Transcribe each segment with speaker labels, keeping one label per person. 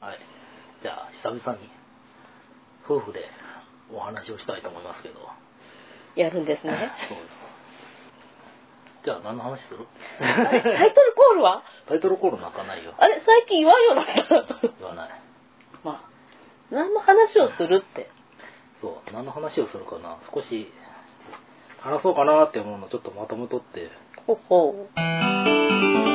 Speaker 1: はい。じゃあ、久々に、夫婦でお話をしたいと思いますけど。
Speaker 2: やるんです ね。
Speaker 1: そうです。じゃあ、何の話する
Speaker 2: あれタイトルコールは
Speaker 1: タイトルコール泣かないよ。
Speaker 2: あれ最近言わんようになった。
Speaker 1: 言わない。
Speaker 2: まあ、何の話をするって。
Speaker 1: そう、何の話をするかな。少し、話そうかなって思うのちょっとまとめとって。
Speaker 2: ほうほう。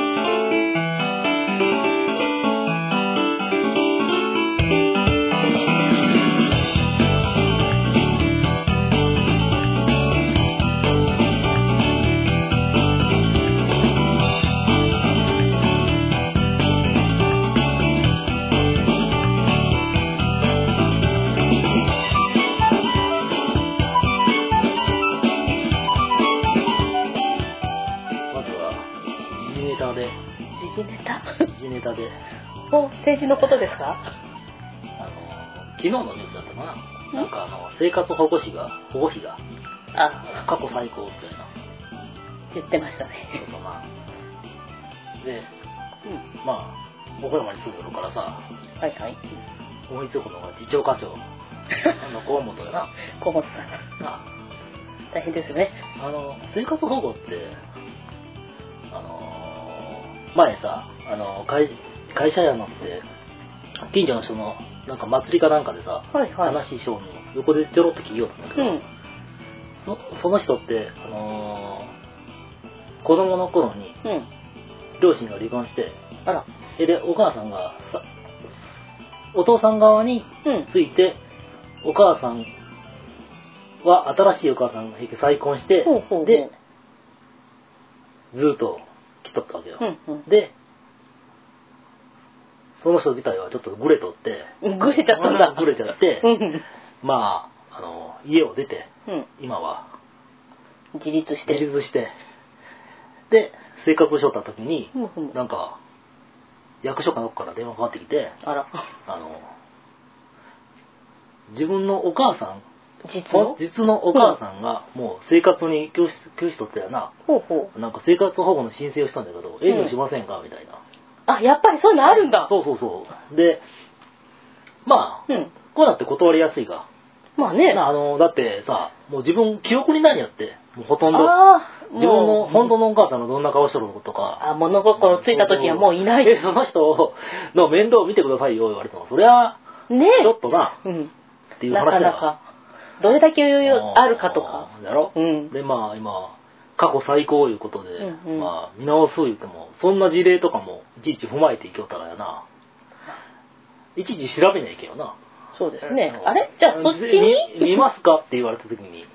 Speaker 1: まずは、時事ネタで、
Speaker 2: 時事ネタ。
Speaker 1: 時事ネタで、
Speaker 2: ほう、政治のことですか
Speaker 1: あの、昨日のニュースだったかな。なんかあの、生活保護費が、保護費が、
Speaker 2: あ、
Speaker 1: 過去最高みたいな。
Speaker 2: 言ってました
Speaker 1: ちょ
Speaker 2: ね。
Speaker 1: っとまあ、で、まあ、岡山に住んでるからさ、
Speaker 2: うん。はいはい。
Speaker 1: 思いつくのが次長課長、あの、河本 やな。
Speaker 2: 小本さん。
Speaker 1: な
Speaker 2: 大変ですね。
Speaker 1: あの、生活保護って、あのー前さ、あの会、会社やのって、近所の人の、なんか祭りかなんかでさ、
Speaker 2: はいはい。
Speaker 1: 話しようの横でちょろっと聞きよったんだけ
Speaker 2: う
Speaker 1: ど、
Speaker 2: ん。
Speaker 1: そその人って、あのー子供の頃に
Speaker 2: うん。
Speaker 1: 両親が離婚して、
Speaker 2: あら。
Speaker 1: えでお母さんがさお父さん側に
Speaker 2: うん。
Speaker 1: ついてお母さんは新しいお母さんが再婚して
Speaker 2: ほうほうほう。
Speaker 1: でずーっと来とったわけよ、
Speaker 2: うんうん。
Speaker 1: でその人自体はちょっとグレとって
Speaker 2: ぐれちゃったんだ。
Speaker 1: グレちゃって
Speaker 2: うん。
Speaker 1: まああの家を出て
Speaker 2: うん。
Speaker 1: 今は
Speaker 2: 自立して
Speaker 1: 自
Speaker 2: る。
Speaker 1: 立してで生活しとった時に
Speaker 2: うんうん。
Speaker 1: なんか役所かどっかから電話かかってきて
Speaker 2: あら。
Speaker 1: あの、自分のお母さん、
Speaker 2: 実の
Speaker 1: 実のお母さんが、もう生活に休止、休止取ったよな。
Speaker 2: ほうほう。
Speaker 1: なんか生活保護の申請をしたんだけど、援助しませんかみたいな。
Speaker 2: あ、やっぱりそういうのあるんだ。
Speaker 1: そうそうそう。で、まあ、
Speaker 2: うん。
Speaker 1: こうなって断りやすいが。
Speaker 2: まあね。
Speaker 1: なあの、だってさ、もう自分、記憶にないんやって、もうほとんど。
Speaker 2: ああ、
Speaker 1: 自分の
Speaker 2: もう
Speaker 1: 本当のお母さんがどんな顔してるのとか。
Speaker 2: あ物心ついた時はもういない。
Speaker 1: えその人の面倒を見てくださいよ、言われても。そりゃ、
Speaker 2: ね
Speaker 1: ちょっとな、
Speaker 2: え。うん。
Speaker 1: っていう
Speaker 2: な
Speaker 1: 話だ
Speaker 2: かなか。どれだけあるかとか。
Speaker 1: だろ、
Speaker 2: うん
Speaker 1: でまあ今過去最高いうことで、
Speaker 2: うんうん
Speaker 1: まあ、見直そう言ってもそんな事例とかもいちいち踏まえていきよったらやないちいち調べないけよな
Speaker 2: そうですね。あれじゃあそっちに
Speaker 1: 見見ますかって言われた時に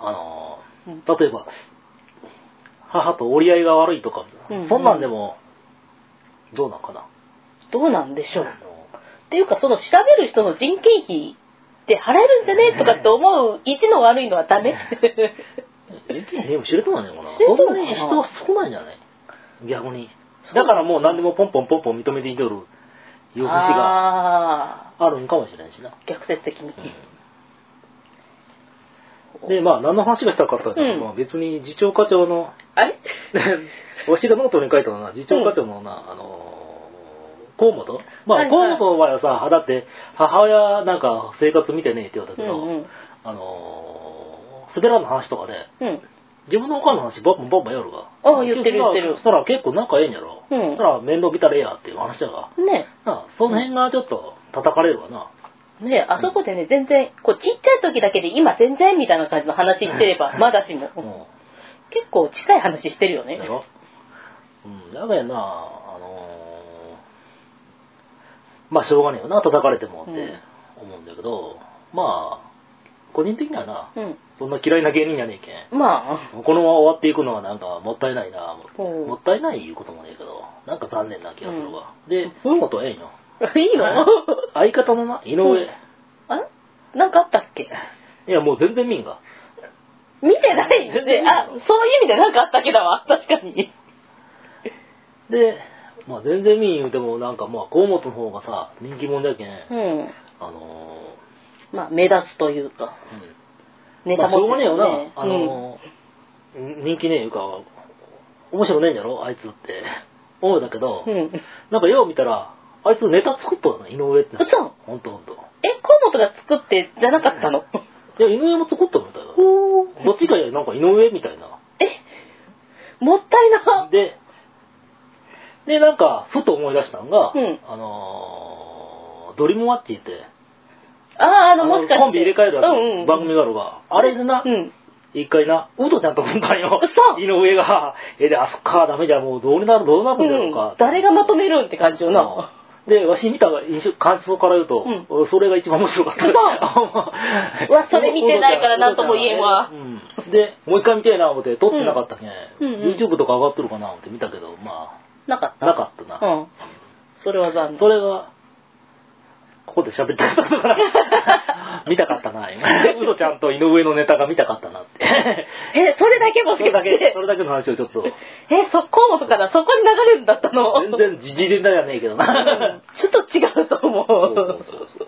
Speaker 1: あの
Speaker 2: うん
Speaker 1: ー例えば母と折り合いが悪いとか、
Speaker 2: うんうん
Speaker 1: そんなんでもどうなんかな、
Speaker 2: どうなんでしょう。
Speaker 1: あの
Speaker 2: っていうか、その調べる人の人件費って払えるんじゃねとかって思う、意地の悪いのは ダメ。
Speaker 1: えでも知れとなんねんかな。
Speaker 2: 知れと
Speaker 1: そん
Speaker 2: んね
Speaker 1: なんに
Speaker 2: かな
Speaker 1: 人は少ないんじゃない逆に。だからもう何でもポンポンポンポン認めていける、いう節が
Speaker 2: ああ
Speaker 1: あるんかもしれんしな。
Speaker 2: ー、逆説的に。
Speaker 1: で、まあ、何の話がしたかったんですけど、
Speaker 2: うん
Speaker 1: まあ別に次長課長の、
Speaker 2: あれ
Speaker 1: わしがノートに書いたのはな、次長課長のな、あのー、河本ま
Speaker 2: は
Speaker 1: あ、
Speaker 2: い
Speaker 1: 河
Speaker 2: はい
Speaker 1: 本の場合はさ、だって、母親なんか生活見てねえって言われた
Speaker 2: う
Speaker 1: けど、
Speaker 2: んうん。
Speaker 1: あのー、滑らんの話とかで、
Speaker 2: うん。
Speaker 1: 自分のおかんの話バンバンバンバンやるが。
Speaker 2: あ言ってる言ってる
Speaker 1: そしたら結構仲ええんやろ。
Speaker 2: うん
Speaker 1: そしたら面倒見たらええやっていう話やが。
Speaker 2: ね
Speaker 1: なあその辺がちょっと叩かれるわな。
Speaker 2: え。ねえ、あそこでね、全然、こう、ちっちゃい時だけで今全然みたいな感じの話してれば、まだしも。
Speaker 1: うん。
Speaker 2: 結構近い話してるよね
Speaker 1: だ。ろうん、やべえなあのーまあしょうがねえよな、叩かれてもって思うんだけど、まあ、個人的にはな、
Speaker 2: うん。
Speaker 1: そんな嫌いな芸人じゃねえけん。
Speaker 2: まあ、
Speaker 1: このまま終わっていくのはなんかもったいないな、
Speaker 2: うん
Speaker 1: もったいないいうこともねえけど、なんか残念な気がするわ。で、ふんごとええんよ。
Speaker 2: いいの
Speaker 1: 相方のな、井上。
Speaker 2: うんあれなんかあったっけ
Speaker 1: いや、もう全然見んが。
Speaker 2: 見てないんで、あ、そういう意味でなんかあったっけだわ。確かに。
Speaker 1: で、まあ全然見ん言うても、なんかまあ、河本の方がさ、人気者だけん、
Speaker 2: うん。
Speaker 1: あの
Speaker 2: まあ、目立つというか、
Speaker 1: ー、うん。
Speaker 2: ネ
Speaker 1: ま
Speaker 2: タ
Speaker 1: あ、しょう
Speaker 2: 持っ
Speaker 1: が
Speaker 2: て
Speaker 1: ねえ
Speaker 2: る
Speaker 1: よ
Speaker 2: ね
Speaker 1: な、あのー、人気ねえいうか、面白くねえんじゃろ、あいつって。思うんだけど、
Speaker 2: うん。うん。
Speaker 1: なんかよう見たら、あいつネタ作ったの井上って。
Speaker 2: 嘘
Speaker 1: ほんとほんと。
Speaker 2: え、河本が作ってじゃなかったの
Speaker 1: いや、井上も作ったみたいだ。
Speaker 2: おー
Speaker 1: どっちかよりなんか井上みたいな。
Speaker 2: もったいな。
Speaker 1: で、で、なんか、ふと思い出したのが、
Speaker 2: うん
Speaker 1: あのードリームマッチって、
Speaker 2: ああ、あの、もしかして。
Speaker 1: コンビ入れ替えるやつ
Speaker 2: うんうん。
Speaker 1: 番組があるが、あれでな、
Speaker 2: うん。
Speaker 1: 一回な、ウドちゃんと組んだんよ。
Speaker 2: 嘘
Speaker 1: 井上が、え、で、あそっか、ダメじゃん、もうどうになる、どうなるんだろう
Speaker 2: う
Speaker 1: か
Speaker 2: ん。。誰がまとめるんって感じよな。
Speaker 1: うんで、わし見た印象感想から言うと、それが一番面白かった。
Speaker 2: 嘘うわそれ見てないから
Speaker 1: ウドちゃん
Speaker 2: なんとも言えんわ
Speaker 1: うんで、もう一回見たいな思って、撮ってなかったけん。
Speaker 2: うんうんうん
Speaker 1: YouTube とか上がっとるかな思って見たけど、ま
Speaker 2: なかっ
Speaker 1: あ、なかった
Speaker 2: た。
Speaker 1: な。
Speaker 2: うん。それは残念。
Speaker 1: それが、ここで喋って たことから見たかったな、今。ウドちゃんと井上のネタが見たかったなって。
Speaker 2: え、それだけも
Speaker 1: そ
Speaker 2: し
Speaker 1: れ
Speaker 2: か
Speaker 1: だ
Speaker 2: し
Speaker 1: け、
Speaker 2: て
Speaker 1: そ。れだけの話をちょっと。
Speaker 2: え、そ、河本からそこに流れるんだったの
Speaker 1: 全然時事ネタじゃねえけどな。
Speaker 2: ちょっと違うと思
Speaker 1: そうそう
Speaker 2: う。
Speaker 1: そうそ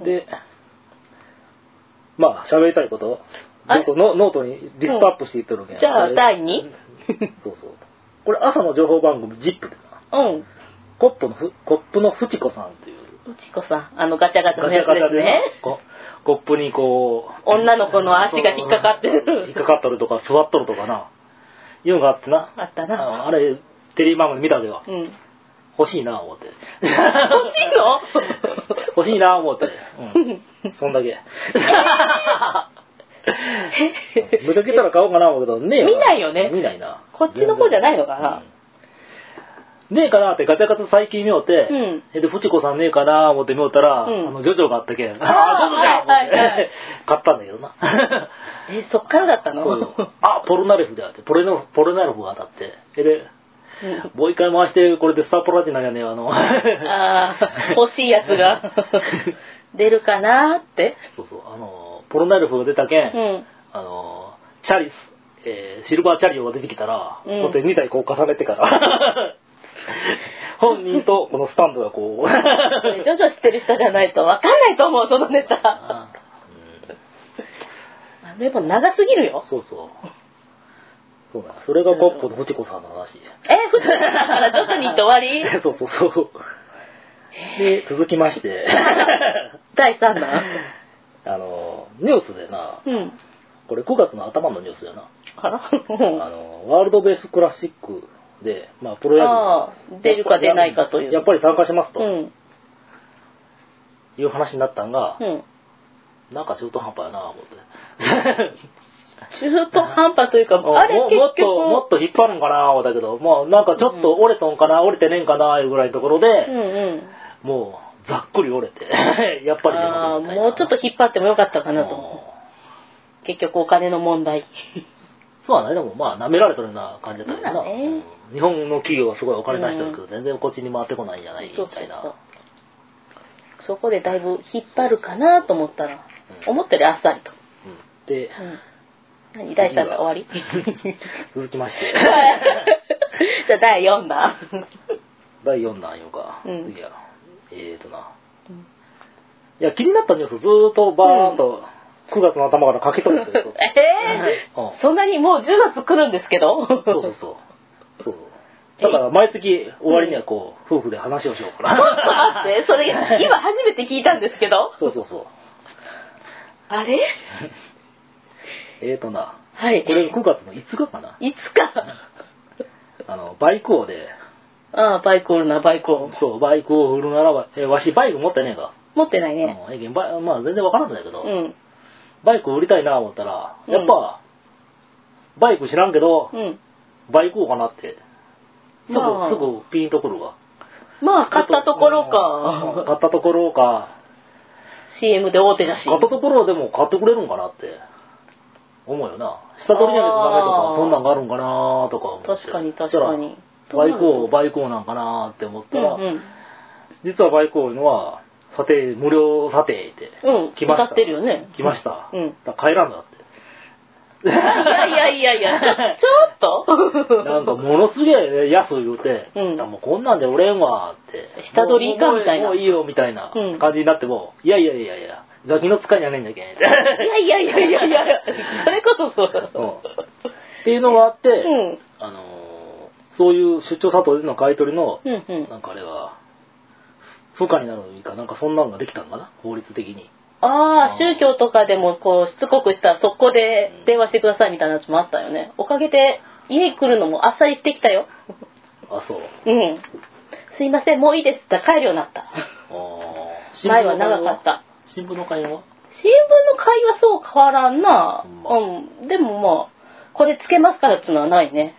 Speaker 1: う。で、まあ、喋りたいこと
Speaker 2: あ
Speaker 1: ず
Speaker 2: れ
Speaker 1: っとノノートにリストアップしていってるわけや
Speaker 2: じゃあ
Speaker 1: これ
Speaker 2: 第二
Speaker 1: そうそう。これ朝の情報番組、ジップでな。
Speaker 2: うん。う
Speaker 1: コップのふ、コップのフチコさんっていう。
Speaker 2: ちこさん、あのガチャガチャのやつです
Speaker 1: な
Speaker 2: ね。
Speaker 1: こコップにこう、
Speaker 2: 女の子の足が引っかかってる
Speaker 1: 引っかかっとるとか、座っとるとかな。いうのがあってな。
Speaker 2: あったな。
Speaker 1: ああれ、テレビ番組見たでは。
Speaker 2: うん。欲し
Speaker 1: 欲し
Speaker 2: い
Speaker 1: いな、思って。
Speaker 2: の
Speaker 1: 欲しいな、思って。うん。そんだけ。無駄けたら 買おうかな、思うけど、ねえよ。
Speaker 2: 見ないよね
Speaker 1: 見ないな。
Speaker 2: こっちの方じゃないのかな
Speaker 1: うんねえかなってガチャガチャ最近見ようて、
Speaker 2: うん
Speaker 1: えで、フチコさんねえかな思って見よったら、
Speaker 2: うん
Speaker 1: あの、ジョジョがあったけん、
Speaker 2: あー
Speaker 1: あー、ジョジョじゃん
Speaker 2: はい
Speaker 1: 思っ
Speaker 2: はいはい
Speaker 1: て買ったんだけどな。
Speaker 2: え、そっからだったの
Speaker 1: そうそう あ、ポルナレフじゃなくて、ポレノポルナレフが当たって、えで、
Speaker 2: うん
Speaker 1: もう一回回して、これでスタープラチナじゃねえわあ の。
Speaker 2: ああ、欲しいやつ が出るかなって。
Speaker 1: そうそう、あの、ポロナイルフが出たけん、
Speaker 2: うん。
Speaker 1: あの、チャリス、えーシルバーチャリオが出てきたら、
Speaker 2: うん
Speaker 1: こうやって2台こう重ねて から、本人とこのスタンドがこう、
Speaker 2: それ徐々知ってる人じゃないと分かんないと思う、そのネタ。
Speaker 1: あ
Speaker 2: でも長すぎるよ
Speaker 1: ー。そうそう。そうだ、それがコップのフチコさんの話。
Speaker 2: え、 普通だから徐々に行って終わり
Speaker 1: そうそうそう。で、続きま して、
Speaker 2: 第3弾
Speaker 1: あの、ニュースでな、
Speaker 2: うん。
Speaker 1: これ9月の頭のニュースやな。
Speaker 2: あら
Speaker 1: あのワールドベースクラシックで、まあ、プロ
Speaker 2: あ
Speaker 1: 野球
Speaker 2: あ
Speaker 1: が
Speaker 2: 出るか出ないかという
Speaker 1: やっぱり参加します
Speaker 2: う
Speaker 1: と
Speaker 2: ん。
Speaker 1: いう話になったんが、
Speaker 2: うん。
Speaker 1: なんか中途半端やなぁ思 って。
Speaker 2: 中途半端というか、
Speaker 1: も
Speaker 2: あれ
Speaker 1: も
Speaker 2: 結
Speaker 1: もっとも
Speaker 2: 局、
Speaker 1: っと引っ張るんかなぁ思ったけどもうなんかちょっと折れとんかな、折れてねんかなぁいうぐらいのところで、
Speaker 2: うんうん。
Speaker 1: もうざっくり折れて やっぱり出
Speaker 2: あ
Speaker 1: ま
Speaker 2: あ、
Speaker 1: すみたいな
Speaker 2: もうちょっと引っ張ってもよかったかなと思
Speaker 1: も
Speaker 2: う。結局お金の問題。
Speaker 1: うそうはねでもまあ舐められてるような感じだったけどな、
Speaker 2: まあね
Speaker 1: うん日本の企業はすごいお金出してるけど、全然こっちに回ってこないんじゃないみたいな
Speaker 2: そうそうそこでだいぶ引っ張るかなと思ったら、
Speaker 1: うん
Speaker 2: 思ったよりあっさりと。
Speaker 1: うん で、
Speaker 2: うん。何第3弾終わり
Speaker 1: 続きまして
Speaker 2: じゃあ第4弾。
Speaker 1: 第4弾ようか、
Speaker 2: うん
Speaker 1: 次はえーとな
Speaker 2: うん
Speaker 1: いや気になったニュースずーっとバーンと9月の頭から書き取るんですけど、
Speaker 2: えー
Speaker 1: うん
Speaker 2: そんなにもう10月来るんですけど。
Speaker 1: そうそうそうそうだから毎月終わりにはこう、夫婦で話をしようか
Speaker 2: ちょっ
Speaker 1: な
Speaker 2: と待って、それ今初めて聞いたんですけど。
Speaker 1: そうそうそう
Speaker 2: あれ
Speaker 1: えーとな
Speaker 2: はい。
Speaker 1: これ9月の5日かない
Speaker 2: つか。
Speaker 1: あのバイク王で
Speaker 2: ああ、バイクおるな、バイクを。
Speaker 1: そうバイクを売るならば、えわしバイク持ってねえか、
Speaker 2: 持ってないね。
Speaker 1: うんええけんバイまあ全然わからんのだけど、
Speaker 2: うん。
Speaker 1: バイク売りたいな思ったら
Speaker 2: うん
Speaker 1: やっぱ、バイク知らんけど、
Speaker 2: うん。
Speaker 1: バイクをかなって。すぐ、
Speaker 2: まあ
Speaker 1: すぐピンとくるわ。
Speaker 2: まあ、買ったところ
Speaker 1: うん
Speaker 2: か。
Speaker 1: 買ったところか。
Speaker 2: CM で大手だし。
Speaker 1: 買ったところでも買ってくれるんかなって。思うよな。下取りじゃなきゃダメとか
Speaker 2: あー、
Speaker 1: そんなんがあるんかなとか思って。
Speaker 2: 確かに確かに
Speaker 1: そしたらバイク
Speaker 2: どうなるの
Speaker 1: 王、バイク王なんかなって思っ
Speaker 2: う
Speaker 1: た
Speaker 2: ん
Speaker 1: ら、
Speaker 2: うん。
Speaker 1: 実はバイク王いうのは、査定、無料査定って。
Speaker 2: うん。
Speaker 1: 来ました
Speaker 2: 歌ってるよね。
Speaker 1: 来ました。
Speaker 2: うん
Speaker 1: だから帰らんのだって。
Speaker 2: いやいやいやいや、ちょっと。
Speaker 1: なんかものすげえ安い言うて、
Speaker 2: うん
Speaker 1: もうこんなんで俺んわって。
Speaker 2: 下取りいかんみたいな
Speaker 1: もうもうもういいよみたいな
Speaker 2: うん
Speaker 1: 感じになっても、いやいやいやいや、ガキの使いじゃねえんだけんって。
Speaker 2: いやいやいやいやいや、それこそそう。
Speaker 1: うんっていうのがあって、
Speaker 2: うん。
Speaker 1: あのそういう出張里での買い取りの、
Speaker 2: うんうん
Speaker 1: なんかあれが、不可になるのにか、なんかそんなのができたんかな、法律的に。
Speaker 2: あ
Speaker 1: あー
Speaker 2: あ、宗教とかでもこう、しつこくしたら速攻で電話してくださいみたいなやつもあったよね。おかげで、家に来るのもあっさりしてきたよ。
Speaker 1: あ、そう。
Speaker 2: うん。すいません、もういいですって帰るようになった。
Speaker 1: あ
Speaker 2: 前は長かっ。た。
Speaker 1: 新聞の会話
Speaker 2: 新聞の会話そう変わらんな。
Speaker 1: ほんま
Speaker 2: うん。でもまあ、これつけますからっていうのはないね。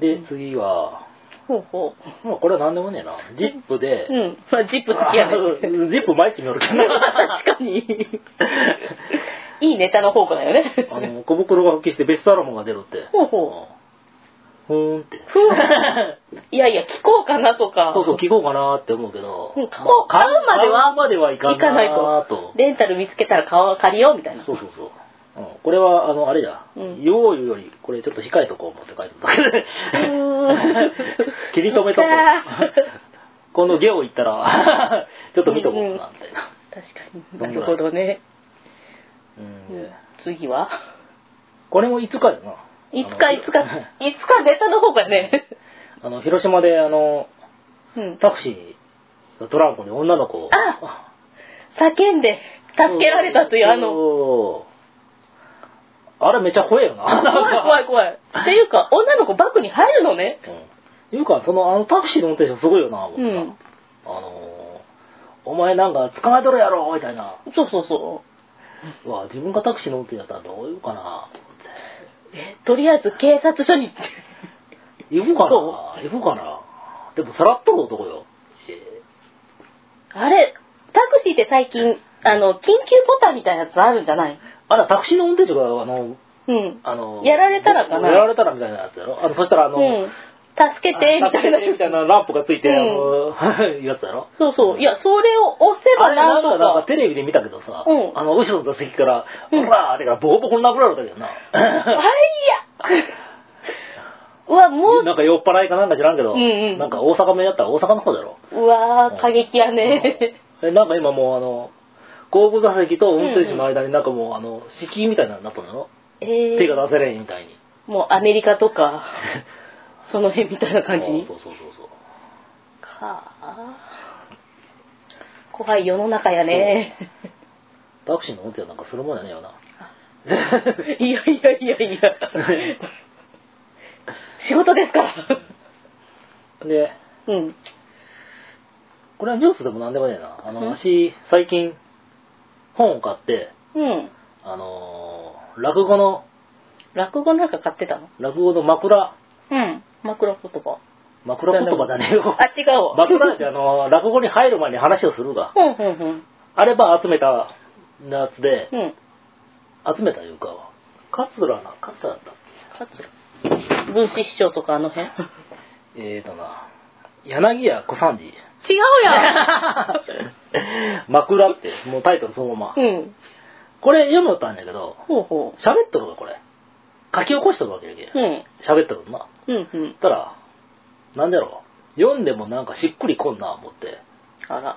Speaker 1: で、次は、
Speaker 2: ほうほ
Speaker 1: まあこれは何でもねえな。ジップで、
Speaker 2: う。うん。まあ、ジップ付き合う。
Speaker 1: あジップ毎日見よるけどな。
Speaker 2: 確かに。いいネタの宝庫だよね。
Speaker 1: あの、小袋が復帰してベストアルバムが出るって。
Speaker 2: ほうほ
Speaker 1: う。ふーんって。
Speaker 2: ふう。いやいや、聞こうかなとか。
Speaker 1: そうそう、聞こうかなーって思うけど。
Speaker 2: うん買おう買うまでは
Speaker 1: 買うまではいかない
Speaker 2: 行かない
Speaker 1: なー
Speaker 2: と
Speaker 1: と。。
Speaker 2: レンタル見つけたら買おう借りようみたいな。
Speaker 1: そうそうそう。うん、これは、あの、あれだ。
Speaker 2: うん
Speaker 1: 用意より、これちょっと控えとこう思って書いてただけで
Speaker 2: ーん。
Speaker 1: 切り留めとこ
Speaker 2: いった
Speaker 1: う。このゲオ行ったら、 ちょっと見とこうかな、みたいな。
Speaker 2: 確
Speaker 1: そ
Speaker 2: か
Speaker 1: ん
Speaker 2: に。
Speaker 1: ぐらい
Speaker 2: なるほどね。
Speaker 1: うん
Speaker 2: うん次は
Speaker 1: これもいつかだな。
Speaker 2: いつか
Speaker 1: あの
Speaker 2: いつか、いつかネタの方がね。
Speaker 1: あの、広島で、あの、
Speaker 2: うん。
Speaker 1: タクシーのトランクに女の子を。
Speaker 2: あ叫んで助けられたというあの、
Speaker 1: の。あれめちゃ怖えよな。
Speaker 2: 怖い怖い怖い。っていうか、女の子バッグに入るのね。
Speaker 1: うんいうか、その、あの、タクシーの運転手すごいよな、僕
Speaker 2: う
Speaker 1: な。
Speaker 2: ん。
Speaker 1: あのーお前なんか捕まえとるやろみたいな。
Speaker 2: そうそうそう。
Speaker 1: うわ、自分がタクシーの運転手だったらどういうかなと思
Speaker 2: え、とりあえず警察署に行って。
Speaker 1: って。行こ
Speaker 2: そう
Speaker 1: かな行こうかなでも、さらっとる男よ。え
Speaker 2: あれ、タクシーって最近、あの、緊急ボタンみたいなやつあるんじゃない
Speaker 1: ーあら、タクシーの運転手が、あの、
Speaker 2: うん。
Speaker 1: あの、
Speaker 2: やられたらかな
Speaker 1: やられたらみたいなやつやろあの、そしたら、あの、
Speaker 2: うん。助けて、みたい
Speaker 1: あ助け。
Speaker 2: な
Speaker 1: てみたいなランプがついて、
Speaker 2: うん
Speaker 1: あの、 やつやろ
Speaker 2: そうそう。いや、それを押せ
Speaker 1: あ
Speaker 2: ば
Speaker 1: れな
Speaker 2: なん
Speaker 1: んか
Speaker 2: と
Speaker 1: なんか
Speaker 2: か。
Speaker 1: テレビで見たけどさ、
Speaker 2: うん
Speaker 1: あの後ろの座席から、ほ
Speaker 2: うん
Speaker 1: らーってからボコボコに殴られたけどな。
Speaker 2: あいや。 うわ、も う、
Speaker 1: なんか酔っ払いかなんか知らんけど、
Speaker 2: うんうん
Speaker 1: なんか大阪弁やったら大阪の方だろ。
Speaker 2: うわー、過激やね。
Speaker 1: えなんか今もうあの、後部座席と運転手の間になんかもうあの、敷居みたいなのになったんだろ、
Speaker 2: え
Speaker 1: 手が
Speaker 2: ー、
Speaker 1: 出せれんみたいに。
Speaker 2: もうアメリカ とか、その辺みたいな感じに
Speaker 1: そう。そうそうそうそう。
Speaker 2: かー怖い世の中やね。
Speaker 1: タクシーの運転はなんかするもんやねえよな。
Speaker 2: いやいやいやいや。仕事ですか ら。
Speaker 1: で、
Speaker 2: うん。
Speaker 1: これはニュースでもなんでもねえな。あの、
Speaker 2: うん
Speaker 1: 私、最近、本を買って、
Speaker 2: うん。
Speaker 1: あのー落語の、
Speaker 2: 落語なんか買ってたの
Speaker 1: 落語の枕、
Speaker 2: うん。枕言葉。
Speaker 1: 枕言葉だねよ。
Speaker 2: あ、違うわ。
Speaker 1: 枕ってあの、落語に入る前に話をするが。
Speaker 2: うんうん
Speaker 1: あれば集めたやつで、
Speaker 2: うん。うん。
Speaker 1: 集めたいうか、桂な、桂だった。
Speaker 2: 桂。分子師匠とかあの辺違
Speaker 1: えーとな、柳家小三治。
Speaker 2: うや
Speaker 1: 枕って、もうタイトルそのまま。
Speaker 2: うん。
Speaker 1: これ読むたんだけど、
Speaker 2: ほうほ
Speaker 1: 喋っとるわ、これ。書き起こしとるわけやけ
Speaker 2: う。。うん。
Speaker 1: 喋っとるな。
Speaker 2: うんうん。
Speaker 1: たら、なんじゃろう。読んでもなんかしっくりこんな、思って。
Speaker 2: あら。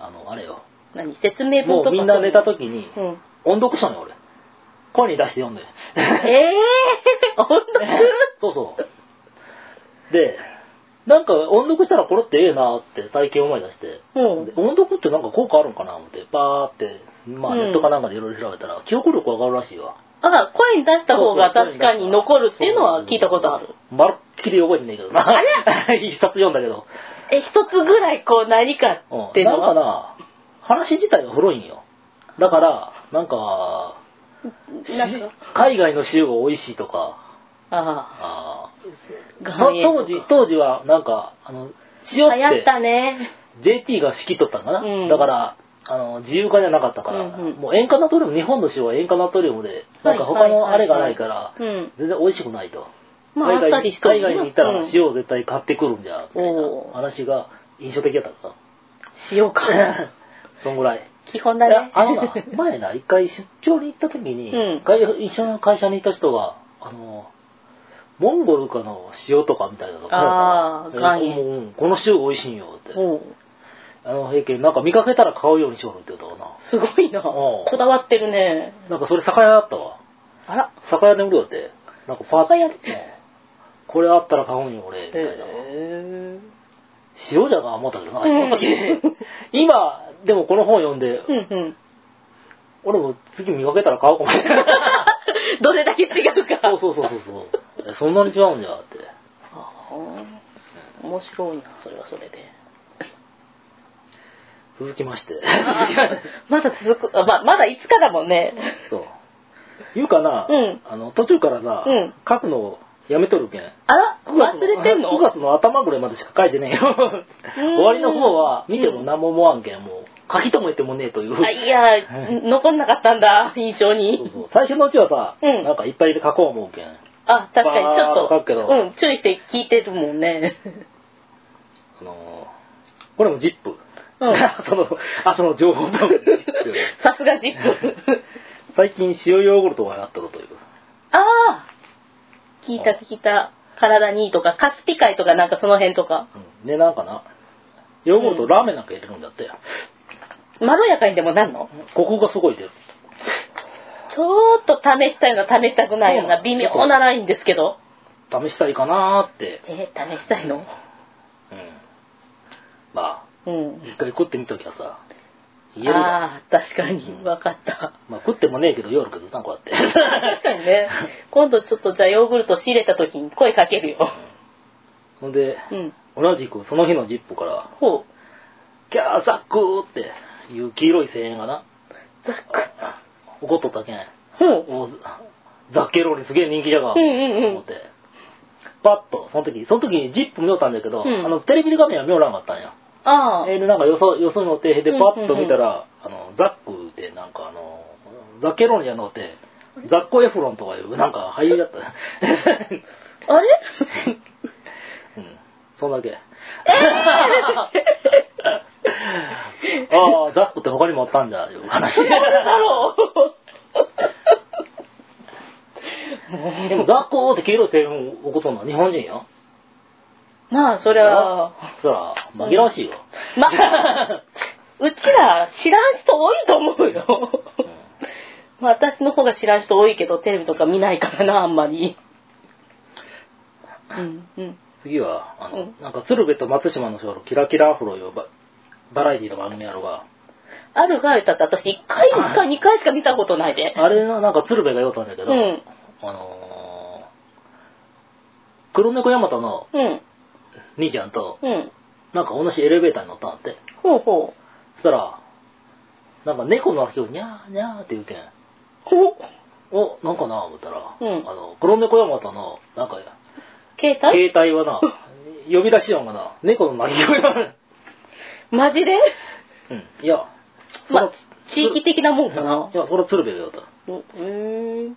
Speaker 1: あの、あれよ。
Speaker 2: 何説明
Speaker 1: も
Speaker 2: 文とか
Speaker 1: うみんな寝た
Speaker 2: と。
Speaker 1: 時に、
Speaker 2: うん。
Speaker 1: 音読したのよ、俺。声に出して読んで。
Speaker 2: えぇー音読
Speaker 1: そうそう。で、なんか音読したらこれってええなって最近思い出して、
Speaker 2: うん
Speaker 1: で。音読ってなんか効果あるんかな思って、バーって、まあ
Speaker 2: うん
Speaker 1: ネットかなんかでいろいろ調べたら、記憶力上がるらしいわ。
Speaker 2: あら、声に出した方が確かに残るっていうのは聞いたことある。
Speaker 1: まるっきり覚えて ないけどな。一冊読んだけど。
Speaker 2: え、一つぐらいこう何か
Speaker 1: うん
Speaker 2: っていう
Speaker 1: な
Speaker 2: の
Speaker 1: んか
Speaker 2: は。
Speaker 1: な、話自体が古いんよ。だから、なんか、
Speaker 2: なんか。
Speaker 1: 海外の塩が美味しいとか、
Speaker 2: あ
Speaker 1: あー
Speaker 2: 岩塩と
Speaker 1: 当
Speaker 2: か
Speaker 1: 時、当時はなんか、あの、塩っ
Speaker 2: あ。
Speaker 1: て、
Speaker 2: 流行ったね。
Speaker 1: JT が仕切っとったんかな、
Speaker 2: うん
Speaker 1: だからあの自由化じゃなかったから、
Speaker 2: うんうん
Speaker 1: もう塩化ナトリウム日本の塩は塩化ナトリウムでなんか他
Speaker 2: はいはいはい
Speaker 1: のあれがないから、
Speaker 2: うん。
Speaker 1: 全然美味しくないと、
Speaker 2: まあ、あっ
Speaker 1: 海
Speaker 2: さ
Speaker 1: 外
Speaker 2: りし
Speaker 1: に
Speaker 2: と
Speaker 1: 海
Speaker 2: る
Speaker 1: 外
Speaker 2: な
Speaker 1: に行った
Speaker 2: う
Speaker 1: ら
Speaker 2: ん
Speaker 1: 塩を絶対買ってくるんじゃみたいな
Speaker 2: おー
Speaker 1: 話が印象的だった か
Speaker 2: 塩か。
Speaker 1: らそんぐらい。
Speaker 2: 基本
Speaker 1: い
Speaker 2: だ
Speaker 1: や
Speaker 2: ね。
Speaker 1: あの な、前な、一回出張に行った時に、
Speaker 2: うん
Speaker 1: 会一緒の会社にいた人が、あの、モンゴルかの塩とかみたいなの
Speaker 2: あー
Speaker 1: 買うから
Speaker 2: 岩
Speaker 1: え
Speaker 2: 塩
Speaker 1: もううんこの塩美味しいんよって。
Speaker 2: おう
Speaker 1: あの平均、なんか見かけたら買うようにしよるって言うたかな。
Speaker 2: すごいな。
Speaker 1: おう
Speaker 2: こだわってるね。
Speaker 1: なんかそれ酒屋だったわ。
Speaker 2: あら。
Speaker 1: 酒屋で売るよって。なんか
Speaker 2: そ
Speaker 1: パッ
Speaker 2: こ
Speaker 1: と
Speaker 2: がやる
Speaker 1: ねこれあったら買うんよ俺みたいな、
Speaker 2: え
Speaker 1: 塩じゃが思ったけどな、
Speaker 2: うん
Speaker 1: 今でもこの本読んで、
Speaker 2: うんうん。
Speaker 1: 俺も次見かけたら買おうかもしれない
Speaker 2: どれだけ違う
Speaker 1: そ
Speaker 2: か。
Speaker 1: うそうそうそうそう えそんなに違うんじゃって
Speaker 2: あー面白いな、それはそれで。
Speaker 1: 続きまして
Speaker 2: まだ続く、あままだいつかだもんね。
Speaker 1: そう言うかな、
Speaker 2: うん
Speaker 1: あの途中からさ、
Speaker 2: うん
Speaker 1: 書くのやめとるけん
Speaker 2: あら、忘れてんの
Speaker 1: ?9 月の頭ぐらいまでしか書いてねえ よ。終わりの方は見ても何も思わんけん、もう書き留めてもねえという。
Speaker 2: あ、いや、残んなかったんだ、印象
Speaker 1: そう
Speaker 2: に。
Speaker 1: そう最初のうちはさ、
Speaker 2: うん
Speaker 1: なんかいっぱいで書こう思うけん。
Speaker 2: あ、確かにちょ
Speaker 1: バ
Speaker 2: っ
Speaker 1: ーッと書
Speaker 2: と
Speaker 1: くけど
Speaker 2: うん、注意して聞いてるもんね。
Speaker 1: あのーこれもジップ。
Speaker 2: うん
Speaker 1: その、あ、その情 報と。
Speaker 2: さすがジップ。
Speaker 1: 最近塩ヨーグルトが流行ったぞという。
Speaker 2: ああ聞いた聞いた。体にいいとか、カスピ海とかなんかその辺とか。
Speaker 1: うん、で、なんかな、ヨーグルト、ラーメンなんか入れるんだって。
Speaker 2: まろやかにでもなんの
Speaker 1: ここがすごい出る。
Speaker 2: ちょっと試したいの試したくないような
Speaker 1: そう
Speaker 2: 微妙なラインですけど。
Speaker 1: 試したいかなーって。
Speaker 2: えー、試したいの
Speaker 1: うん。まあ、
Speaker 2: うん。
Speaker 1: 一回食ってみときゃさ、言えるじゃん
Speaker 2: ああ、確かに。わかった。
Speaker 1: まあ食ってもねえけど、夜食うな、こうやって。
Speaker 2: 確かにね。今度ちょっとじゃあヨーグルト仕入れた時に声かけるよ。
Speaker 1: ほんで、
Speaker 2: うん。
Speaker 1: 同じくその日のジップから、
Speaker 2: ほう。
Speaker 1: キャーザックーっていう黄色い声援がな、
Speaker 2: ザック。
Speaker 1: 怒っとったけん、
Speaker 2: ほう。
Speaker 1: おうザッケローにすげえ人気じゃが、
Speaker 2: うんうんうん
Speaker 1: 思って、パッと、その時、その時ジップ見よったんだけど、
Speaker 2: うん
Speaker 1: あの、テレビの画面は見よらんかったんや。
Speaker 2: ああ。
Speaker 1: えーで、なんかよそ、よその手で
Speaker 2: うん
Speaker 1: パッと見たら、あの、ザックでなんかあの、ザッケローにじゃのって、ザッコエフロンとかいう、なんか俳優だった。
Speaker 2: あ れ
Speaker 1: うん。そんだけ。
Speaker 2: え
Speaker 1: ああ、ザックって他にもあったんだ、いう 話。
Speaker 2: 誰だろうもう
Speaker 1: でも、ザックって黄色い声援を起こすのは日本人よ。
Speaker 2: まあ、それは、
Speaker 1: そら、紛らわしいよ。
Speaker 2: まあ、うちら知らん人多いと思うよ。 まあ、私の方が知らん人多いけど、テレビとか見ないからな、あんまり。うん、うん。
Speaker 1: 次は、あの
Speaker 2: う、
Speaker 1: なんか、鶴瓶と松島の将のキラキラアフロいうババラエティの番組やろうが、
Speaker 2: あるが言ったって私1回か2回しか見たことないで。
Speaker 1: あれの、なんか鶴瓶が言おうたんだけ
Speaker 2: う
Speaker 1: ど、
Speaker 2: ん、
Speaker 1: あのー、黒猫ヤマトの
Speaker 2: うん、
Speaker 1: 兄ちゃんと、
Speaker 2: うん。
Speaker 1: なんか同じエレベーターに乗ったんだって。
Speaker 2: ほうほう。
Speaker 1: そしたら、なんか猫の足をニャーニャーって言うけん。
Speaker 2: ほう。
Speaker 1: お、なんかな思ったら、
Speaker 2: うん
Speaker 1: あの、黒猫ヤマトの、なんか、
Speaker 2: 携帯
Speaker 1: 携帯は な、呼び出し音がな、猫の鳴き声がな
Speaker 2: マジで
Speaker 1: うん。いや、そ
Speaker 2: ま
Speaker 1: の
Speaker 2: あ、地域的なもんかな。
Speaker 1: いや、これ鶴瓶だよと。
Speaker 2: うーん。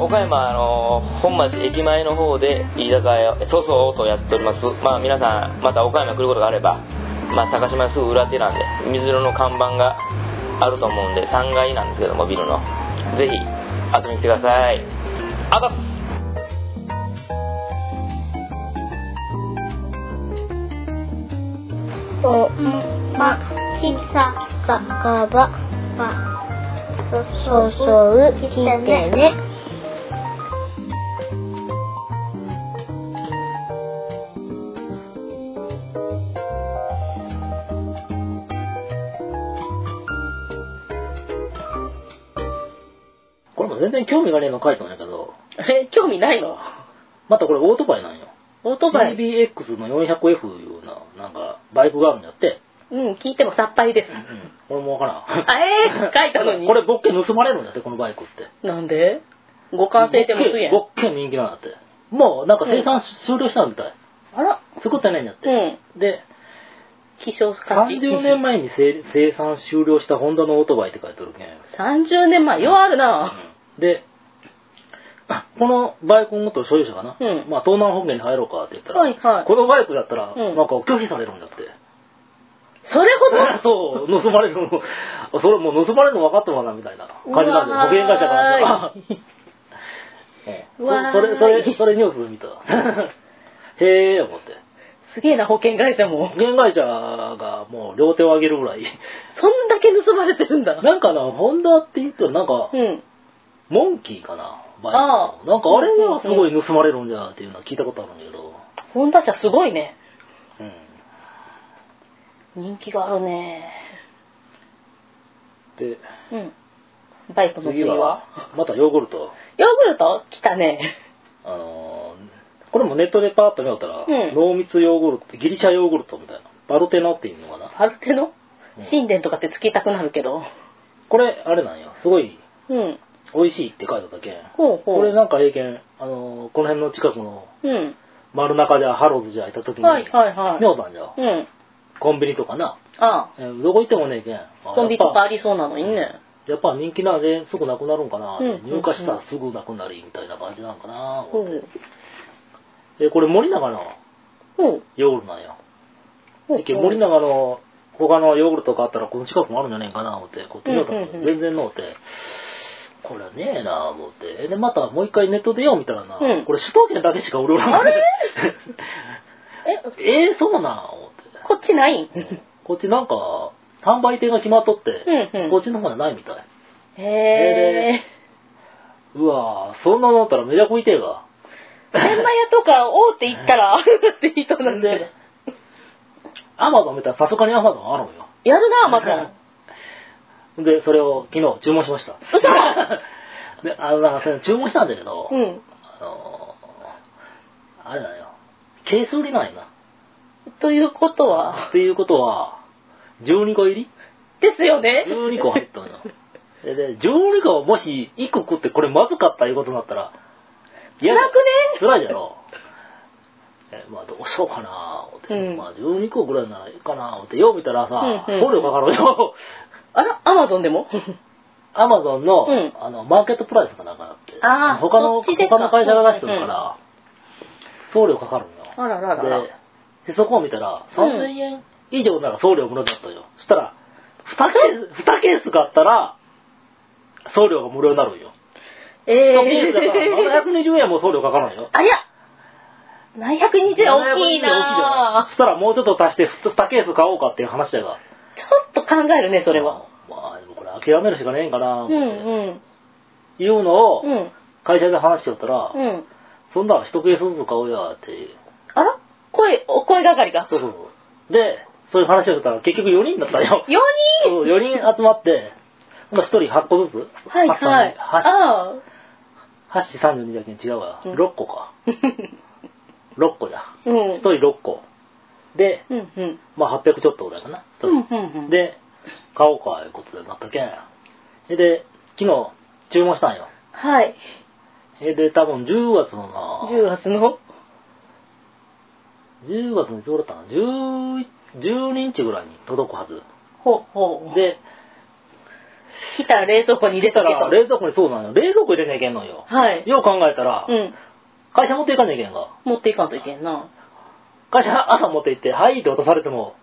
Speaker 3: 岡山、あの本町駅前の方で飯田屋をそうそうそうやっておりますまあ皆さんまた岡山来ることがあれば、まあ、高島すぐ裏手なんで水色の看板があると思うんで3階なんですけどもビルのぜひ遊びに来てくださいあざっす
Speaker 4: おまきさかばまそそう聞いてね。
Speaker 1: これも全然興味がねえの書いてないけど、
Speaker 2: え、興味ないの
Speaker 1: またこれオートバイなんよ。
Speaker 2: オートバイ。
Speaker 1: CBX の 400F いうような、なんか、バイクがあるんやって。
Speaker 2: うん、聞いてもさっぱりです。
Speaker 1: うん。俺もわからん。
Speaker 2: あ、えー、書いたのに。
Speaker 1: これ、ボッケ盗まれるんだって、このバイクって。
Speaker 2: なんで互換性でもすいやん。
Speaker 1: ボッケ人気なんだって。もう、なんか生産終了したみたい。
Speaker 2: あら、
Speaker 1: 作ってないんだっ
Speaker 2: う
Speaker 1: て。
Speaker 2: ん。
Speaker 1: で、
Speaker 2: 希少価値。
Speaker 1: 30年前に生生産終了したホンダのオートバイって書いてあるけん。
Speaker 2: 30年前、ようあるな。
Speaker 1: で、あこのバイクを持ってる所有者かな、
Speaker 2: うん
Speaker 1: まあ、盗難保険に入ろうかって言ったら、
Speaker 2: はいはい
Speaker 1: このバイクだったら、
Speaker 2: ん
Speaker 1: なんか拒否されるんだって。
Speaker 2: それほど
Speaker 1: そう、盗まれるの、 それもう盗まれるの分かってもらうな、みたいな感じなんで、
Speaker 2: う
Speaker 1: 保
Speaker 2: わーい
Speaker 1: 険会社からした ら。 ええ
Speaker 2: うわー い
Speaker 1: それ、それ、それニュース見た。へえ、思って。
Speaker 2: すげえな、保険会社も。
Speaker 1: 現会社がもう両手を上げるぐらい。
Speaker 2: そんだけ盗まれてるんだ。
Speaker 1: なんかな、ホンダって言ったらなんか
Speaker 2: う、ん。
Speaker 1: モンキーかな、バイク
Speaker 2: ああ
Speaker 1: の。なんかあれはすごい盗まれるんじゃないっていうのは聞いたことあるんだけど。
Speaker 2: ホンダ社すごいね。
Speaker 1: うん。
Speaker 2: 人気があるね。
Speaker 1: で、
Speaker 2: うん。バイクの
Speaker 1: 次
Speaker 2: 次は
Speaker 1: は、またヨーグルト。
Speaker 2: ヨーグルト来たね。
Speaker 1: あのーこれもネットでパーッと見よったら、
Speaker 2: うん
Speaker 1: 濃密ヨーグルト、ギリシャヨーグルトみたいな。バルテノっていうのかな。
Speaker 2: パルテノ
Speaker 1: うん
Speaker 2: 神殿とかってつきたくなるけど。
Speaker 1: これ、あれなんや。すごい
Speaker 2: うん。
Speaker 1: 美味しいって書いてあったけん。
Speaker 2: ほうほう。
Speaker 1: これなんかええけん、あのーこの辺の近くの
Speaker 2: うん。
Speaker 1: 丸中じゃハローズじゃ行った時に、
Speaker 2: はいはいはい。
Speaker 1: 妙なんじゃ。
Speaker 2: うん。
Speaker 1: コンビニとかな。
Speaker 2: あ
Speaker 1: えーどこ行ってもねえけん。あ
Speaker 2: あ、コンビニとか
Speaker 1: やっ
Speaker 2: ありそうなのにね。
Speaker 1: ぱやっぱ人気なんで、すぐなくなるんかな、
Speaker 2: うん
Speaker 1: 入荷したらすぐなくなりみたいな感じなんかな、
Speaker 2: ほう。
Speaker 1: え、これ森永の
Speaker 2: ほう。
Speaker 1: ヨーグルトなんや。
Speaker 2: ほう
Speaker 1: えけん森永の他のヨーグルトがあったらこの近くもあるんじゃねえかな思って、こう手に取った
Speaker 2: うんうんう
Speaker 1: ら
Speaker 2: ん
Speaker 1: 全然のうて、これはねえな思って。えで、またもう一回ネットでよう見たらな、
Speaker 2: うん
Speaker 1: これ首都圏だけしか売るらん で。
Speaker 2: え、
Speaker 1: ええそうなん思って。
Speaker 2: こっちないん
Speaker 1: こっちなんか、販売店が決まっとって、
Speaker 2: うんうん
Speaker 1: こっちの方じゃないみたい。
Speaker 2: へえ。
Speaker 1: うわぁ、そんなのあったらめちゃ食いてえわ。
Speaker 2: 天満屋とか大手行ったらあるって人なんで。
Speaker 1: アマゾン見たらさすがにアマゾンあるのよ。
Speaker 2: やるな、マゾン。
Speaker 1: で、それを昨日注文しました。 で、あの、なんかそれ注文したんだけど、
Speaker 2: うん。
Speaker 1: あのーあれだよ。ケース売りなんや
Speaker 2: ということ
Speaker 1: な。
Speaker 2: は
Speaker 1: っ、ていうことは、12個入り
Speaker 2: ですよね。
Speaker 1: ?12 個入ったのよ。で、で12個をもし1個食ってこれまずかったいうことになったら、
Speaker 2: 辛くね
Speaker 1: 辛いやろ。えまあどうしようかな思って、
Speaker 2: うん
Speaker 1: まあ12個ぐらいならいいかな思って、よう見たらさ、
Speaker 2: うんうん
Speaker 1: 送料かかるよ。
Speaker 2: あら、アマゾンでも
Speaker 1: アマゾンの、
Speaker 2: うん
Speaker 1: あの、マーケットプライスかなんかだって、
Speaker 2: あー
Speaker 1: 他の、
Speaker 2: そっちですか
Speaker 1: 他の会社が出してるから、送料かかるのよ。
Speaker 2: あらららら
Speaker 1: で、でそこを見たら、
Speaker 2: うん
Speaker 1: 3000円以上なら送料無料だったよ。そしたら、2ケース、2ケース買ったら、送料が無料になるんよ。
Speaker 2: え
Speaker 1: 1
Speaker 2: え
Speaker 1: ケースだから、720円も送料かかるんよ。
Speaker 2: ありゃ !720 円大きいな
Speaker 1: そしたらもうちょっと足して2ケース買おうかっていう話だが。
Speaker 2: ちょっと考えるね、それは。。
Speaker 1: まあ、でもこれ諦めるしかねえんかな、っ
Speaker 2: うんう
Speaker 1: て
Speaker 2: ん。
Speaker 1: いうのを
Speaker 2: う、ん。
Speaker 1: 会社で話しちゃったら、
Speaker 2: うん。
Speaker 1: そんなら一ケースずつ買おうやって。
Speaker 2: あら声、お声がかりが。
Speaker 1: そうそうそう。で、そういう話をしたら結局4人だった よ。
Speaker 2: 4
Speaker 1: そ
Speaker 2: 人
Speaker 1: う4人集まって、まあ、1人8個ずつ。
Speaker 2: はいはい。
Speaker 1: 8
Speaker 2: ああ。
Speaker 1: 8、32だけ違うわ。
Speaker 2: うん
Speaker 1: 6個か。6個だ。
Speaker 2: うん。
Speaker 1: 1人6個。で、
Speaker 2: うんうん。
Speaker 1: まあ800ちょっとぐらいかな。一
Speaker 2: うん
Speaker 1: 人
Speaker 2: うんうん。、
Speaker 1: で、買おうか、いうことになったけん。で、昨日注文したんよ。
Speaker 2: はい。
Speaker 1: で、多分10月のな、
Speaker 2: 10月の
Speaker 1: 10月のいつ頃だったかな、10 12日ぐらいに届くはず。
Speaker 2: ほうほう。
Speaker 1: で、
Speaker 2: 来たら冷蔵庫に入れ
Speaker 1: た
Speaker 2: とけ
Speaker 1: ら
Speaker 2: と。
Speaker 1: 冷蔵庫にそうなのよ。冷蔵庫入れなきゃいけんのよ。
Speaker 2: はい。
Speaker 1: よう考えたら、
Speaker 2: うん。
Speaker 1: 会社持っていかなきゃいけんが。
Speaker 2: 持っていかんといけんな。
Speaker 1: 会社朝持って行って、はいって渡されても、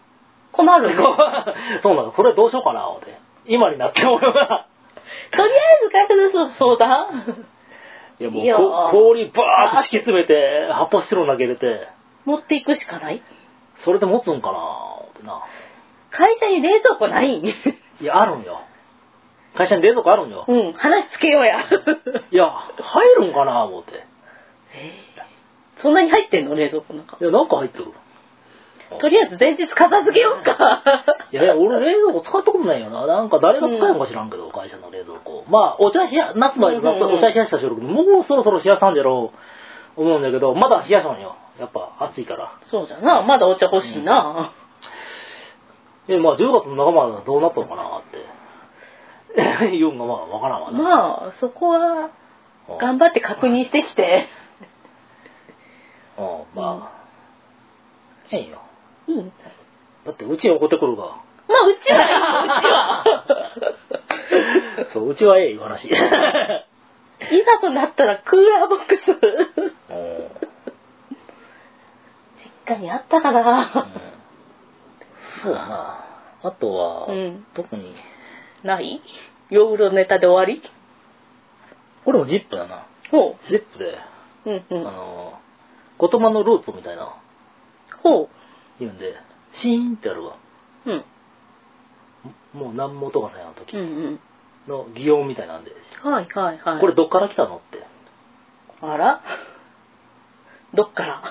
Speaker 2: 困るね。とりあ
Speaker 1: そうなの、それどうしようかな、思って。今になって俺は、
Speaker 2: えず会社です相談
Speaker 1: いやも
Speaker 2: いや
Speaker 1: うこ氷バーッと敷き詰めて、発泡スチロール投げ入れて、
Speaker 2: 持っていくしかない
Speaker 1: それで持つんかな、思ってな。
Speaker 2: 会社に冷蔵庫ないう
Speaker 1: いや、あるんよ。会社に冷蔵庫あるんよ。
Speaker 2: ん、話つけようや。
Speaker 1: いや、入るんかな、思って。
Speaker 2: そんなに入ってんの冷蔵庫なんか。
Speaker 1: いや、なんか入ってる。
Speaker 2: とりあえず前日片付けようか。
Speaker 1: いやいや、俺冷蔵庫使ったことないよな。なんか誰が使うのか知らんけど、会社の冷蔵庫。まあ、お茶冷や、夏場合、
Speaker 2: うんうんうん
Speaker 1: お茶冷やしたしよるけど、もうそろそろ冷やさんじゃろう、思うんだけど、まだ冷やさんよ。やっぱ暑いから。
Speaker 2: そうじゃな。まだお茶欲しいな。
Speaker 1: え、まあ10月の仲間はどうなったのかなって。 言うんがまあわからんわな。
Speaker 2: まあ、そこは、頑張って確認してきて。
Speaker 1: うん、うんまあ、変よ。
Speaker 2: うん。
Speaker 1: だってうちに怒ってくるが。
Speaker 2: まあ、うちは、うち は。
Speaker 1: そう、うちはええいう 話。
Speaker 2: いざとなったらクーラーボックス。
Speaker 1: うん
Speaker 2: 実家にあったかな。
Speaker 1: そうだな。あとは、
Speaker 2: うん
Speaker 1: 特に、
Speaker 2: ないヨーグルトネタで終わり
Speaker 1: これもジップだな。
Speaker 2: ほ
Speaker 1: ジップで、
Speaker 2: う。うんう
Speaker 1: あ
Speaker 2: ん。
Speaker 1: の、言葉のルーツみたいな。
Speaker 2: ほ
Speaker 1: 言うんで、シーンってやるわ。
Speaker 2: う。うん。
Speaker 1: もう何も音がせんあの時
Speaker 2: うん
Speaker 1: の擬音みたいなんで、
Speaker 2: うん。はいはいはい。
Speaker 1: これどっから来たのって。
Speaker 2: あらどっから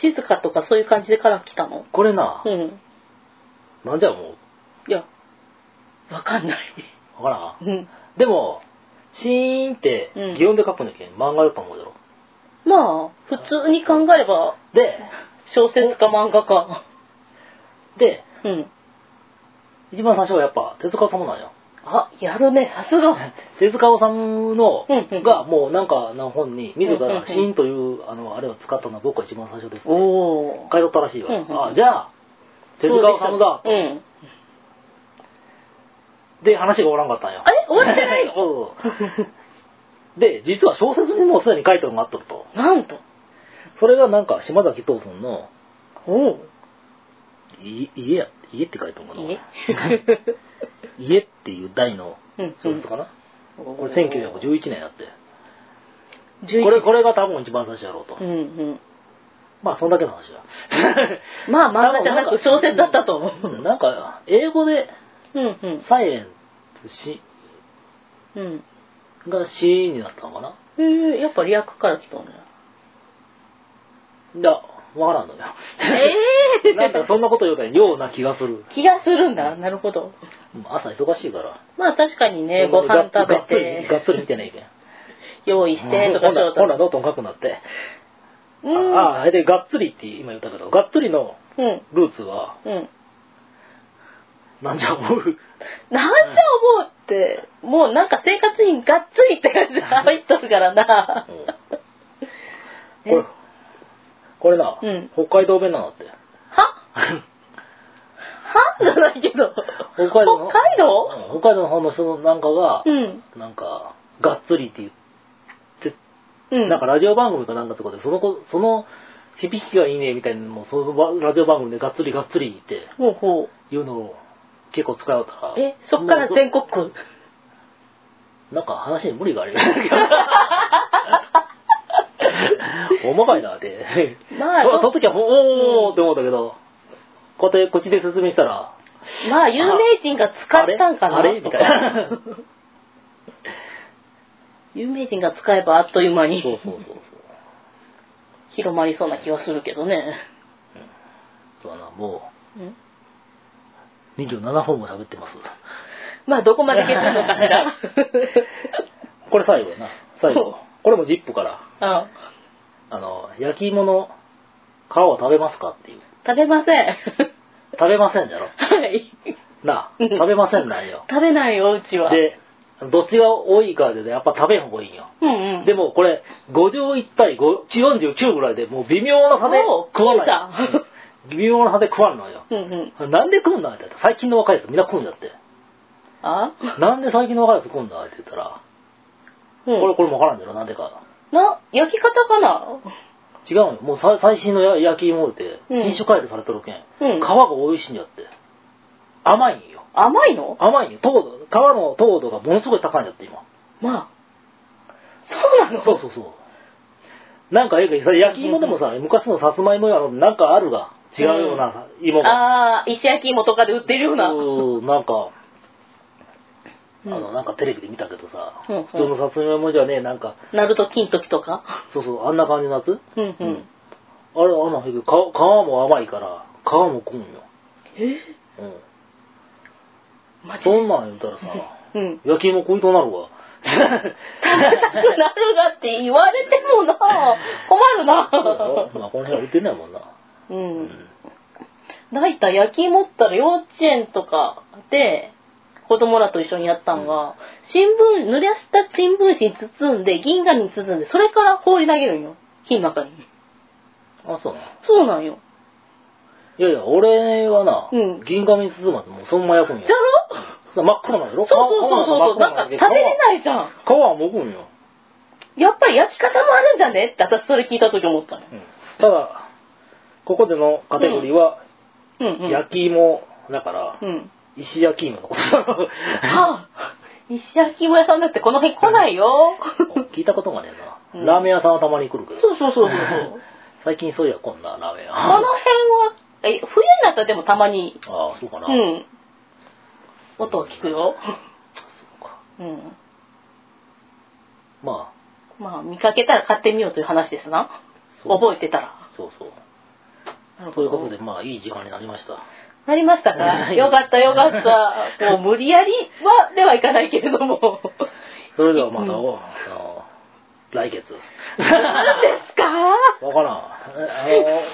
Speaker 2: 静かとかそういう感じでから来たの
Speaker 1: これな
Speaker 2: う、ん。
Speaker 1: なんじゃも
Speaker 2: いや、わかんない。
Speaker 1: う、わからん。
Speaker 2: うん。
Speaker 1: でも、シーンって
Speaker 2: うん
Speaker 1: 擬音で書くんだけん、漫画だと思うだろ。
Speaker 2: まあ、普通に考えれば、
Speaker 1: で、
Speaker 2: 小説か漫画か。
Speaker 1: で、
Speaker 2: うん。
Speaker 1: 一番最初はやっぱ手塚治虫なんよ。
Speaker 2: あ、やるね、さすが。
Speaker 1: 手塚治虫の
Speaker 2: うんうん
Speaker 1: がもうなんかの本に自
Speaker 2: うんうんう
Speaker 1: ら
Speaker 2: ん
Speaker 1: シーンというあのあれを使ったのは僕が一番最初です、ね。
Speaker 2: おお。
Speaker 1: 買い取ったらしい
Speaker 2: うんうん
Speaker 1: わ。あ、じゃあ、手塚治虫だ。
Speaker 2: うん。
Speaker 1: で、話が終わらんかったんよ。
Speaker 2: あれ終わってない の
Speaker 1: そうそうそう。で、実は小説にもうすでに書いてるのがあっとると。
Speaker 2: なんと。
Speaker 1: それがなんか島崎藤村の
Speaker 2: おお。
Speaker 1: い家や、家って書いてるのか
Speaker 2: え
Speaker 1: な家っていう題の
Speaker 2: うん
Speaker 1: 小説かな、これ
Speaker 2: 年。
Speaker 1: 1911年だって。
Speaker 2: 11
Speaker 1: これ、これが多分一番最初やろうと。
Speaker 2: うんうん。
Speaker 1: まあ、そんだけの話だ。
Speaker 2: まあ漫画じゃなく小説だったと思
Speaker 1: うん
Speaker 2: う。
Speaker 1: なんか、英語で、
Speaker 2: うんうん。
Speaker 1: サイレントし
Speaker 2: うん。
Speaker 1: が C になったのかな
Speaker 2: えー、やっぱリアクから来 たんだよ。
Speaker 1: いや、わからんのよ。
Speaker 2: ええ
Speaker 1: なんかそんなこと言うたらような気がする。
Speaker 2: 気がするんだ。なるほど。
Speaker 1: うん朝忙しいから。
Speaker 2: まあ確かにね、
Speaker 1: そ
Speaker 2: ご
Speaker 1: んなに
Speaker 2: 飯
Speaker 1: が
Speaker 2: 食べ、
Speaker 1: がっつりがってつり見てないけん。
Speaker 2: 用意してと
Speaker 1: ほ
Speaker 2: か
Speaker 1: ん
Speaker 2: し
Speaker 1: な
Speaker 2: よ
Speaker 1: ら
Speaker 2: う
Speaker 1: ほんなら。
Speaker 2: と
Speaker 1: ノートに書くなって。
Speaker 2: うん。
Speaker 1: ああ、あれでがっつりって今言ったけど、がっつりの
Speaker 2: うん。
Speaker 1: ルーツは、
Speaker 2: うん。
Speaker 1: なんじゃ思う。
Speaker 2: なんじゃ思うって、もうなんか生活にがっつりって感じで入っとるからな。
Speaker 1: これ、これな、
Speaker 2: うん
Speaker 1: 北海道弁なんだって。
Speaker 2: はは じゃないけど。
Speaker 1: 北海道の
Speaker 2: 北海道
Speaker 1: うん北海道の方の人のなんかが
Speaker 2: う、ん。
Speaker 1: なんか、がっつりって言って、
Speaker 2: うん。
Speaker 1: なんかラジオ番組かなんかとかで、その子、その響きがいいねみたいなのも、そのラジオ番組でがっつりがっつりって
Speaker 2: ほうほう。
Speaker 1: いうのを結構使うから。
Speaker 2: え、そっから
Speaker 1: もう
Speaker 2: 全国区。
Speaker 1: なんか話に無理があ るよ。重かいなって。
Speaker 2: まあ
Speaker 1: そ
Speaker 2: ど
Speaker 1: その時は、おーって思ったけど、こうやってこっちで説明したら、
Speaker 2: まあ有名人が使ったんかな
Speaker 1: あれあれみたいな。
Speaker 2: とか有名人が使えばあっという間に
Speaker 1: そうそうそうそう。
Speaker 2: 広まりそうな気はするけどね。
Speaker 1: そうだな、も
Speaker 2: うん
Speaker 1: う27本も喋ってます。
Speaker 2: まあどこまでいけたのか しら。
Speaker 1: これ最後やな、最
Speaker 2: そう
Speaker 1: 後。これもジップから、
Speaker 2: あ
Speaker 1: あの、焼き芋の皮を食べますかっていう。
Speaker 2: 食べません。
Speaker 1: 食べませんじゃろ。
Speaker 2: はい。
Speaker 1: なあ、
Speaker 2: うん
Speaker 1: 食べませんなん よ。
Speaker 2: 食べないよ、うちは。
Speaker 1: で、どっちが多いかでね、やっぱ食べん方がいいんよ。
Speaker 2: うんうん。
Speaker 1: でもこれ、51対5 49ぐらいでもう微妙な差で
Speaker 2: おう
Speaker 1: 食わないう
Speaker 2: 食う。
Speaker 1: ん微妙な差で食わんのよ。
Speaker 2: うんうん。
Speaker 1: なんで食うんだって言ったら最近の若いやつみんな食うんだって。
Speaker 2: あ
Speaker 1: なんで最近の若いやつ食うんだって言ったら、
Speaker 2: うん
Speaker 1: これこれもわからんだよ、なんでか。
Speaker 2: な、焼き方かな
Speaker 1: 違うのよ。もうさ最新のや焼き芋って
Speaker 2: うん
Speaker 1: 品種改良されてるけん。
Speaker 2: うん
Speaker 1: 皮が美味しいんだって。甘いんよ。
Speaker 2: 甘いの
Speaker 1: 甘いんよ。糖度、皮の糖度がものすごい高いんだって今。
Speaker 2: まあ。そうなの
Speaker 1: そうそうそう。なんかええけどさ、焼き芋でもさ、昔のさつまいもやのなんかあるが、違うような芋が。
Speaker 2: ああ、石焼き芋とかで売ってるような。
Speaker 1: うんなんか、あ
Speaker 2: うん
Speaker 1: の、なんかテレビで見たけどさ、
Speaker 2: うんうん
Speaker 1: 普通のさつまいもじゃねえ、なんか、
Speaker 2: ナルト金時とか。
Speaker 1: そうそう、あんな感じのやつ
Speaker 2: うんうん。
Speaker 1: あれ、あんなんやけど、皮皮も甘いから、皮も食うんよ。えうん。
Speaker 2: マジで
Speaker 1: そんなん言うたらさ、
Speaker 2: うん。
Speaker 1: 焼き芋食いとなるわ。
Speaker 2: 食べたくなるなって言われてもな、困るな。
Speaker 1: まあ、この辺は売ってないもんな。
Speaker 2: うん。大体焼き芋ったら幼稚園とかで、子供らと一緒にやったんが、新聞、濡らした新聞紙に包んで、銀紙に包んで、それから放り投げるんよ。火の中に。
Speaker 1: あ、そうな。
Speaker 2: そうなんよ。
Speaker 1: いやいや、俺はな、
Speaker 2: うん
Speaker 1: 銀紙に包まずもうそのまま焼くん
Speaker 2: じ
Speaker 1: よ
Speaker 2: ゃ。ろ
Speaker 1: さ真っ黒なんやろ
Speaker 2: そうそうそうそうそう。なんか食べれ
Speaker 1: い。
Speaker 2: ないじゃん。
Speaker 1: 皮はもくんよ。
Speaker 2: やっぱり焼き方もあるんじゃねって私それ聞いた時思ったのよ。
Speaker 1: ただ、ここでのカテゴリーは、
Speaker 2: うんうん。
Speaker 1: 焼き芋だから、
Speaker 2: うん。
Speaker 1: 石焼き芋のことだろ
Speaker 2: あ石焼き芋屋さんだってこの辺来ないよ。
Speaker 1: 聞いたことがねえな。
Speaker 2: うん
Speaker 1: ラーメン屋さんはたまに来るけど。
Speaker 2: そうそうそうそうそう。
Speaker 1: 最近そういやこんなラーメン屋
Speaker 2: この
Speaker 1: あ
Speaker 2: 辺は、え、冬になったらでもたまに、
Speaker 1: あそうかな、
Speaker 2: う、ん。音を聞くよ。
Speaker 1: そうか
Speaker 2: うん。
Speaker 1: まあ
Speaker 2: まあ、見かけたら買ってみようという話ですな。
Speaker 1: そう
Speaker 2: 覚えてたら。
Speaker 1: そうそう
Speaker 2: なる
Speaker 1: と
Speaker 2: ほ
Speaker 1: い
Speaker 2: ど
Speaker 1: うことでまあいい時間になりました
Speaker 2: なりました
Speaker 1: は
Speaker 2: か
Speaker 1: い
Speaker 2: よかったよ かった。もう無理やりは、ではいかないけれども。
Speaker 1: それではまた、
Speaker 2: うん
Speaker 1: あの来 月
Speaker 2: 何ですか
Speaker 1: わからんえ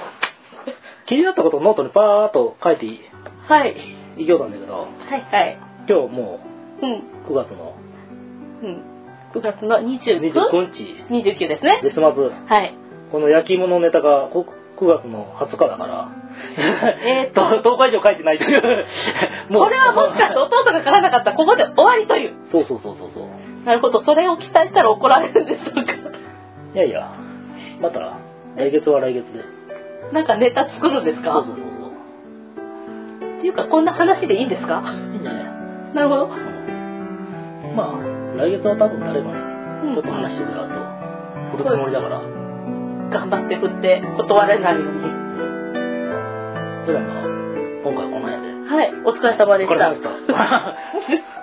Speaker 1: あの気になったことをノートにパーッと書いてい
Speaker 2: はい。
Speaker 1: いきようたんだけど
Speaker 2: はいはい。
Speaker 1: 今日も
Speaker 2: うん。
Speaker 1: う9月の
Speaker 2: うん。9月の29
Speaker 1: 29日
Speaker 2: 29ですね。
Speaker 1: 月末
Speaker 2: はい。
Speaker 1: この焼き芋のネタがこ9月の20日だ から、
Speaker 2: えーと
Speaker 1: 10日以上書いてないという。もう
Speaker 2: これはもしかして弟が書かなかったらここで終わりという。
Speaker 1: そうそうそうそうそう。
Speaker 2: なるほど。それを期待したら怒られるんでしょうか。
Speaker 1: いやいや、また来月は来月で。
Speaker 2: なんかネタ作るんです
Speaker 1: そ
Speaker 2: か
Speaker 1: うそうそう
Speaker 2: っていうか、こんな話でいいんですか
Speaker 1: そう。いいんじゃない
Speaker 2: なるほど。
Speaker 1: うんまあ、来月は多分誰かにちょっと話してくれと、振るつもりだから、
Speaker 2: 頑張って振って断れないように。
Speaker 1: 普段は今回はこの辺で。
Speaker 2: はい。お疲れ様で
Speaker 1: これ
Speaker 2: し た。
Speaker 1: でした。